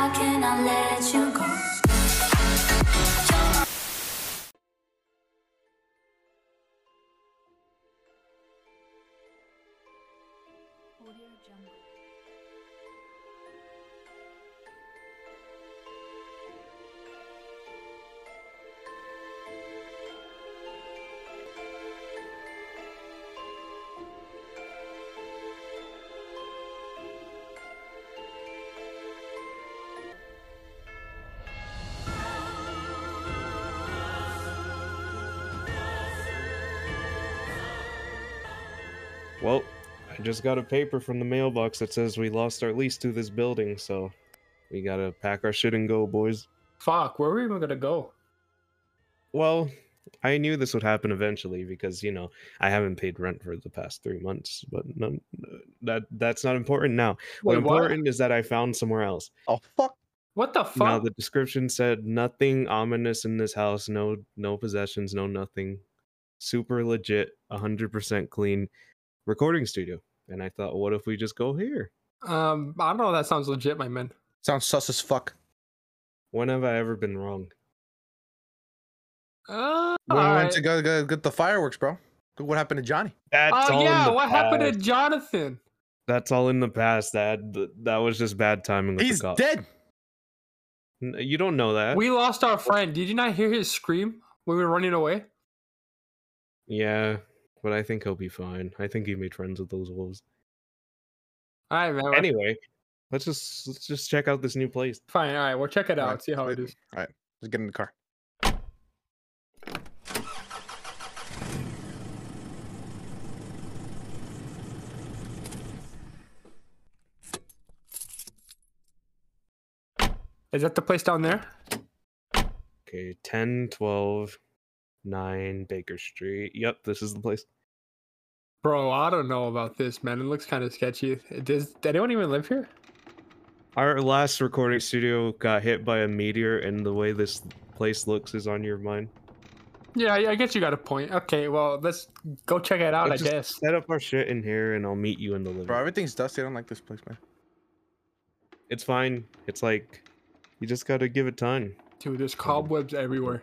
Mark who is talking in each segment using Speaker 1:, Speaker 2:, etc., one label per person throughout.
Speaker 1: I'll let you go.
Speaker 2: Well, I just got a paper from the mailbox that says we lost our lease to this building, so we gotta pack our shit and go, boys.
Speaker 3: Fuck, where were we even gonna go?
Speaker 2: Well, I knew this would happen eventually because you know I haven't paid rent for the past three months, but none, that that's not important now.
Speaker 3: Wait,
Speaker 2: What's
Speaker 3: what?
Speaker 2: important is that I found somewhere else.
Speaker 4: Oh fuck!
Speaker 3: What the
Speaker 2: Now
Speaker 3: fuck?
Speaker 2: the description said nothing ominous in this house, no no possessions, no nothing. Super legit, 100% clean recording studio. And I thought, what if we just go here?
Speaker 3: um, I don't know. That sounds legit, my man.
Speaker 4: Sounds sus as fuck.
Speaker 2: When have I ever been wrong?
Speaker 3: Uh,
Speaker 4: When we
Speaker 3: alright.
Speaker 4: went to go, go get the fireworks, bro. Look what happened to Johnny.
Speaker 2: That's
Speaker 3: oh
Speaker 2: all in
Speaker 3: yeah,
Speaker 2: the
Speaker 3: what happened to
Speaker 2: past.
Speaker 3: Jonathan?
Speaker 2: That's all in the past. That th- that was just bad timing. With
Speaker 4: He's
Speaker 2: the cops.
Speaker 4: dead.
Speaker 2: N- You don't know that.
Speaker 3: We lost our friend. Did you not hear his scream when we were running away?
Speaker 2: Yeah, but I think he'll be fine. I think he made friends with those wolves.
Speaker 3: All right, man. we're-
Speaker 2: Anyway, let's just let's just check out this new place.
Speaker 3: Fine. All right, we'll check it out.
Speaker 4: Alright,
Speaker 3: See how it
Speaker 4: wait.
Speaker 3: is.
Speaker 4: Let's get in the car.
Speaker 3: Is that the place down there?
Speaker 2: Okay, 10, 12, 9 Baker Street. Yep, this is the place.
Speaker 3: Bro, I don't know about this, man. It looks kind of sketchy. It Does, does anyone even live here?
Speaker 2: Our last recording studio got hit by a meteor, and the way this place looks is on your mind.
Speaker 3: Yeah, I I guess you got a point. Okay, well, let's go check it out, I
Speaker 2: Let's just
Speaker 3: guess.
Speaker 2: Set up our shit in here, and I'll meet you in the living.
Speaker 4: Bro,
Speaker 2: room.
Speaker 4: everything's dusty. I don't like this place, man.
Speaker 2: It's fine. It's like you just gotta give it time.
Speaker 3: Dude, there's cobwebs everywhere.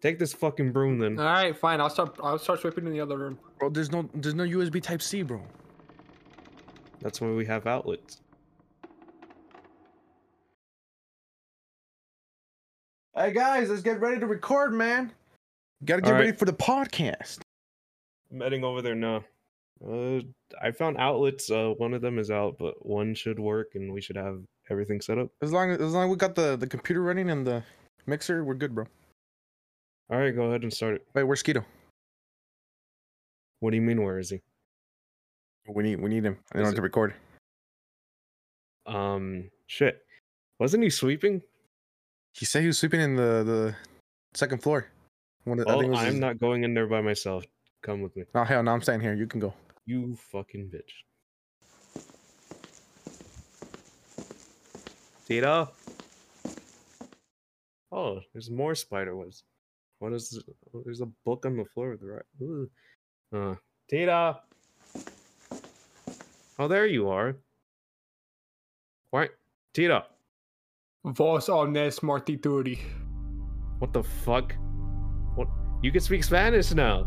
Speaker 2: Take this fucking broom
Speaker 4: Mm-hmm.
Speaker 2: then.
Speaker 3: All right, fine. I'll start. I'll start sweeping in the other room.
Speaker 4: Bro, there's no there's no USB Type C, bro.
Speaker 2: That's why we have outlets.
Speaker 4: Hey guys, let's get ready to record, man. Gotta get
Speaker 2: Alright.
Speaker 4: ready for the podcast.
Speaker 2: I'm heading over there now. Uh, I found outlets. Uh, one of them is out, but one should work, and we should have everything set up.
Speaker 4: As long as, as long as we got the, the computer running and the mixer, we're good, bro.
Speaker 2: All right, go ahead and start it.
Speaker 4: Wait, where's Skeeto?
Speaker 2: What do you mean? Where is he?
Speaker 4: We need we need him in
Speaker 2: Is
Speaker 4: order to
Speaker 2: it-
Speaker 4: record.
Speaker 2: Um, shit. Wasn't he sweeping?
Speaker 4: He said he was sleeping in the the second floor. One of- I
Speaker 2: Oh,
Speaker 4: think it was
Speaker 2: I'm
Speaker 4: his-
Speaker 2: not going in there by myself. Come with me.
Speaker 4: Oh hell, no, I'm staying here. You can go.
Speaker 2: You fucking bitch. Tito. Oh, there's more spider webs. What is? th- oh, There's a book on the floor with the right. Ooh. Uh, Tito. Oh, there you are. Why, Tito?
Speaker 3: Vos omnes mortituri.
Speaker 2: What the fuck? What? You can speak Spanish now.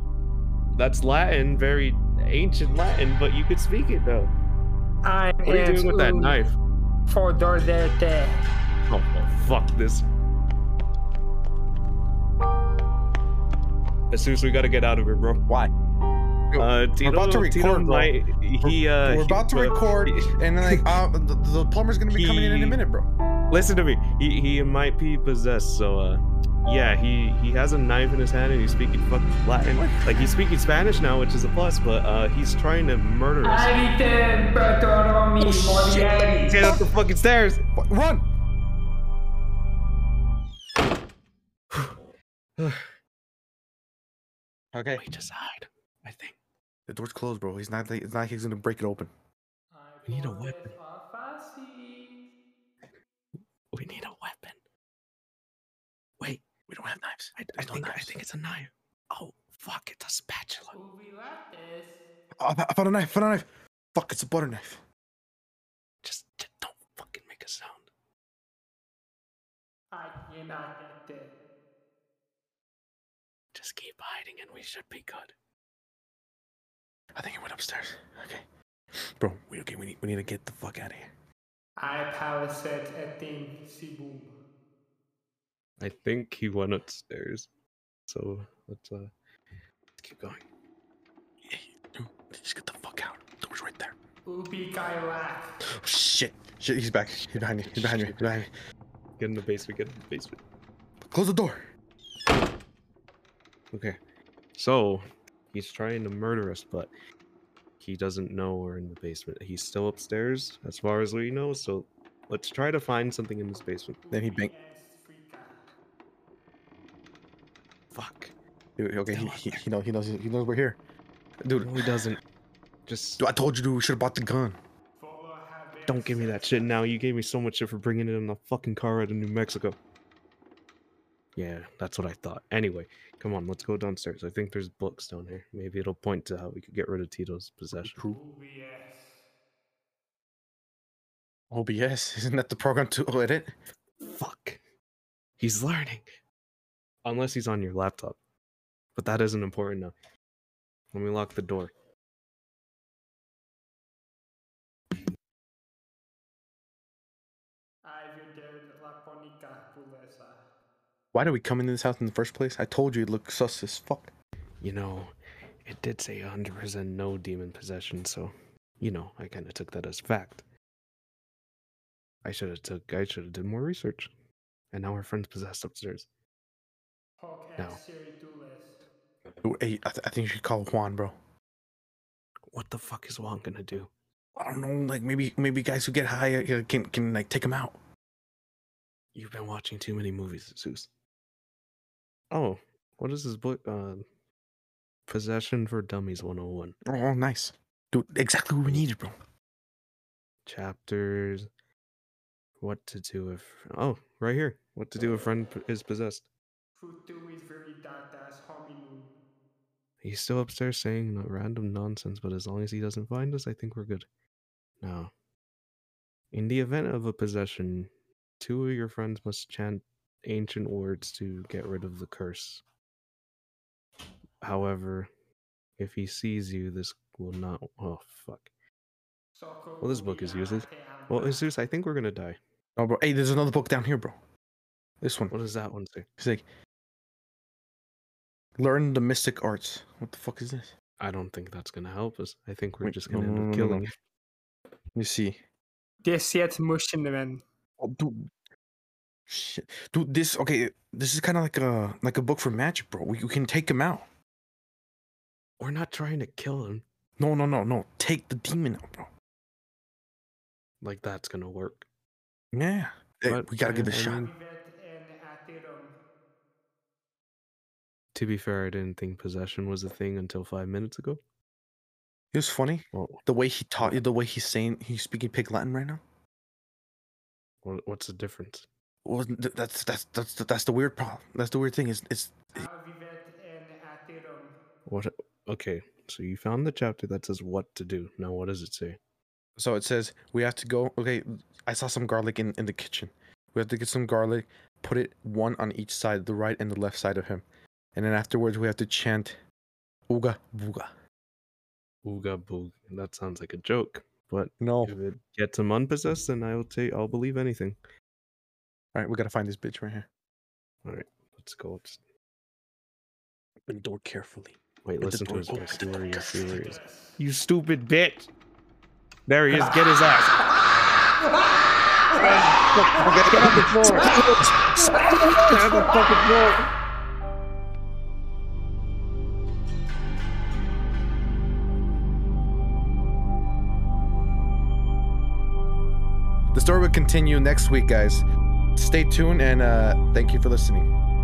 Speaker 2: That's Latin, very ancient Latin, but you could speak it though.
Speaker 3: I
Speaker 2: What are you doing with that knife?
Speaker 3: For dorderte.
Speaker 2: Oh, well, fuck this. Asus, we gotta get out of here, bro.
Speaker 4: Why?
Speaker 2: Uh, Tito,
Speaker 4: about to
Speaker 2: Tito
Speaker 4: record, bro.
Speaker 2: might- he, uh,
Speaker 4: We're
Speaker 2: he-
Speaker 4: about to
Speaker 2: bro,
Speaker 4: record,
Speaker 2: he-
Speaker 4: and then like uh, the, the plumber's gonna be coming in in
Speaker 2: He-
Speaker 4: a minute, bro.
Speaker 2: listen to me. He, he might be possessed, so uh, yeah, he he has a knife in his hand and he's speaking fuck Latin. Like he's speaking Spanish now, which is a plus, but uh, he's trying to murder us.
Speaker 3: Adite patronomi
Speaker 2: Get up the fucking stairs.
Speaker 4: Wh- Run! Okay.
Speaker 2: We just hide. I think
Speaker 4: The door's closed, bro. He's not. It's not. like He's gonna break it open.
Speaker 2: we need a weapon. We need a weapon. Wait.
Speaker 4: We don't have knives.
Speaker 2: I, I
Speaker 4: There's no
Speaker 2: think I
Speaker 4: knives.
Speaker 2: think it's a knife. Oh fuck! It's a spatula.
Speaker 4: Oh, I fo- I found a knife. Found a knife. Fuck! It's a butter knife.
Speaker 2: Just, just don't fucking make a sound.
Speaker 1: I cannot get there.
Speaker 2: Just keep hiding and we should be good.
Speaker 4: I think it went upstairs. Okay. Bro, we okay, we need we need to get the fuck out of here.
Speaker 1: I power set a thing, Sibu.
Speaker 2: I think he went upstairs. So let's uh let's keep going.
Speaker 4: Hey, dude, just get the fuck out. Door's right there.
Speaker 1: Ubi Kairak.
Speaker 4: Oh, shit. Shit, he's back. He's behind me. He's behind me. He's behind me.
Speaker 2: Get in the basement, get in the basement.
Speaker 4: Close the door.
Speaker 2: Okay. So he's trying to murder us, but he doesn't know we're in the basement. He's still upstairs, as far as we know, so let's try to find something in this basement.
Speaker 4: Then he bank-
Speaker 2: Fuck.
Speaker 4: Dude, okay, he, he, he, know, he knows he knows we're here. Dude,
Speaker 2: No, he doesn't. Just
Speaker 4: dude, I told you dude, we should have bought the gun.
Speaker 2: don't give me that shit now. You gave me so much shit for bringing it in the fucking car out of New Mexico. Yeah, that's what I thought. Anyway, come on, let's go downstairs. I think there's books down here. Maybe it'll point to how we could get rid of Tito's possession.
Speaker 4: OBS, isn't that the program to edit?
Speaker 2: Fuck. He's learning. Unless he's on your laptop. But that isn't important now. Let me lock the door.
Speaker 1: I will dare la ponica pulesa.
Speaker 4: Why did we come into this house in the first place? I told you it looked sus as fuck.
Speaker 2: You know, it did say 100% no demon possession, so you know, I kind of took that as fact. I should have took I should have did more research. And now our friend's possessed upstairs.
Speaker 1: Hoc
Speaker 2: No.
Speaker 1: est seri tules.
Speaker 4: Dude, hey, I, th- I think you should call Juan, bro.
Speaker 2: What the fuck is Juan gonna do?
Speaker 4: I don't know, like maybe maybe guys who get high uh, can can like take him out.
Speaker 2: You've been watching too many movies, Zeus. Oh, what is this book? Uh, Possession for Dummies 101.
Speaker 4: Oh, nice, dude. Exactly what we needed, bro.
Speaker 2: Chapters. What to do if. Oh, right here. What to do if friend p- is possessed.
Speaker 1: Futu is veritatas hominum.
Speaker 2: He's still upstairs saying no- random nonsense, but as long as he doesn't find us, I think we're good. Now, in the event of a possession, two of your friends must chant ancient words to get rid of the curse. However, if he sees you, this will not. Oh, fuck.
Speaker 1: Soco
Speaker 2: Well, this book is
Speaker 1: ubi
Speaker 2: useless.
Speaker 1: arate alma.
Speaker 2: Well, Zeus, I think we're gonna die.
Speaker 4: Oh, bro. Hey, there's another book down here, bro. This one.
Speaker 2: What does that one say?
Speaker 4: It's like learn the mystic arts. What the fuck is this?
Speaker 2: I don't think that's gonna help us. I think we're
Speaker 4: Wait,
Speaker 2: just
Speaker 4: no,
Speaker 2: gonna
Speaker 4: no,
Speaker 2: end up
Speaker 4: no, no,
Speaker 2: killing
Speaker 4: no.
Speaker 2: him.
Speaker 4: Let me see.
Speaker 3: Deset mushinimen.
Speaker 4: Oh, dude. Shit, dude. This okay. This is kind of like a like a book for magic, bro. We, we can take him out.
Speaker 2: We're not trying to kill him.
Speaker 4: No, no, no, no. Take the demon out, bro.
Speaker 2: Like that's gonna work.
Speaker 4: Yeah. Hey,
Speaker 2: But,
Speaker 4: we gotta give
Speaker 2: yeah,
Speaker 4: this
Speaker 2: I
Speaker 4: a shot.
Speaker 2: mean-
Speaker 1: Vivet en aterum.
Speaker 2: To be fair, I didn't think possession was a thing until five minutes ago.
Speaker 4: It was funny
Speaker 2: Well,
Speaker 4: the way he taught you, the way he's saying he's speaking pig Latin right now.
Speaker 2: wha- what's the difference?
Speaker 4: Well, th- that's that's that's that's the weird problem. That's the weird thing. Is it's
Speaker 1: Ah, vivet en aterum.
Speaker 2: What? Okay, so you found the chapter that says what to do. Now, what does it say?
Speaker 4: So it says we have to go. Okay, I saw some garlic in, in the kitchen. We have to get some garlic, put it one on each side, the right and the left side of him. And then afterwards, we have to chant Ooga Booga.
Speaker 2: Ooga boog. That sounds like a joke, but
Speaker 4: No.
Speaker 2: if it gets him unpossessed, then I will take. I'll believe anything.
Speaker 4: All right, we gotta find this bitch right here.
Speaker 2: Let's go. Let's,
Speaker 4: Open the door carefully.
Speaker 2: wait,
Speaker 4: the
Speaker 2: listen to
Speaker 4: door-
Speaker 2: his voice. See
Speaker 4: open the
Speaker 2: where he
Speaker 4: door
Speaker 2: is. See where he is.
Speaker 1: Yes.
Speaker 2: You stupid bitch! There he is. Get his ass.
Speaker 4: Get on the floor! The story will continue next week, guys. Stay tuned and uh, thank you for listening.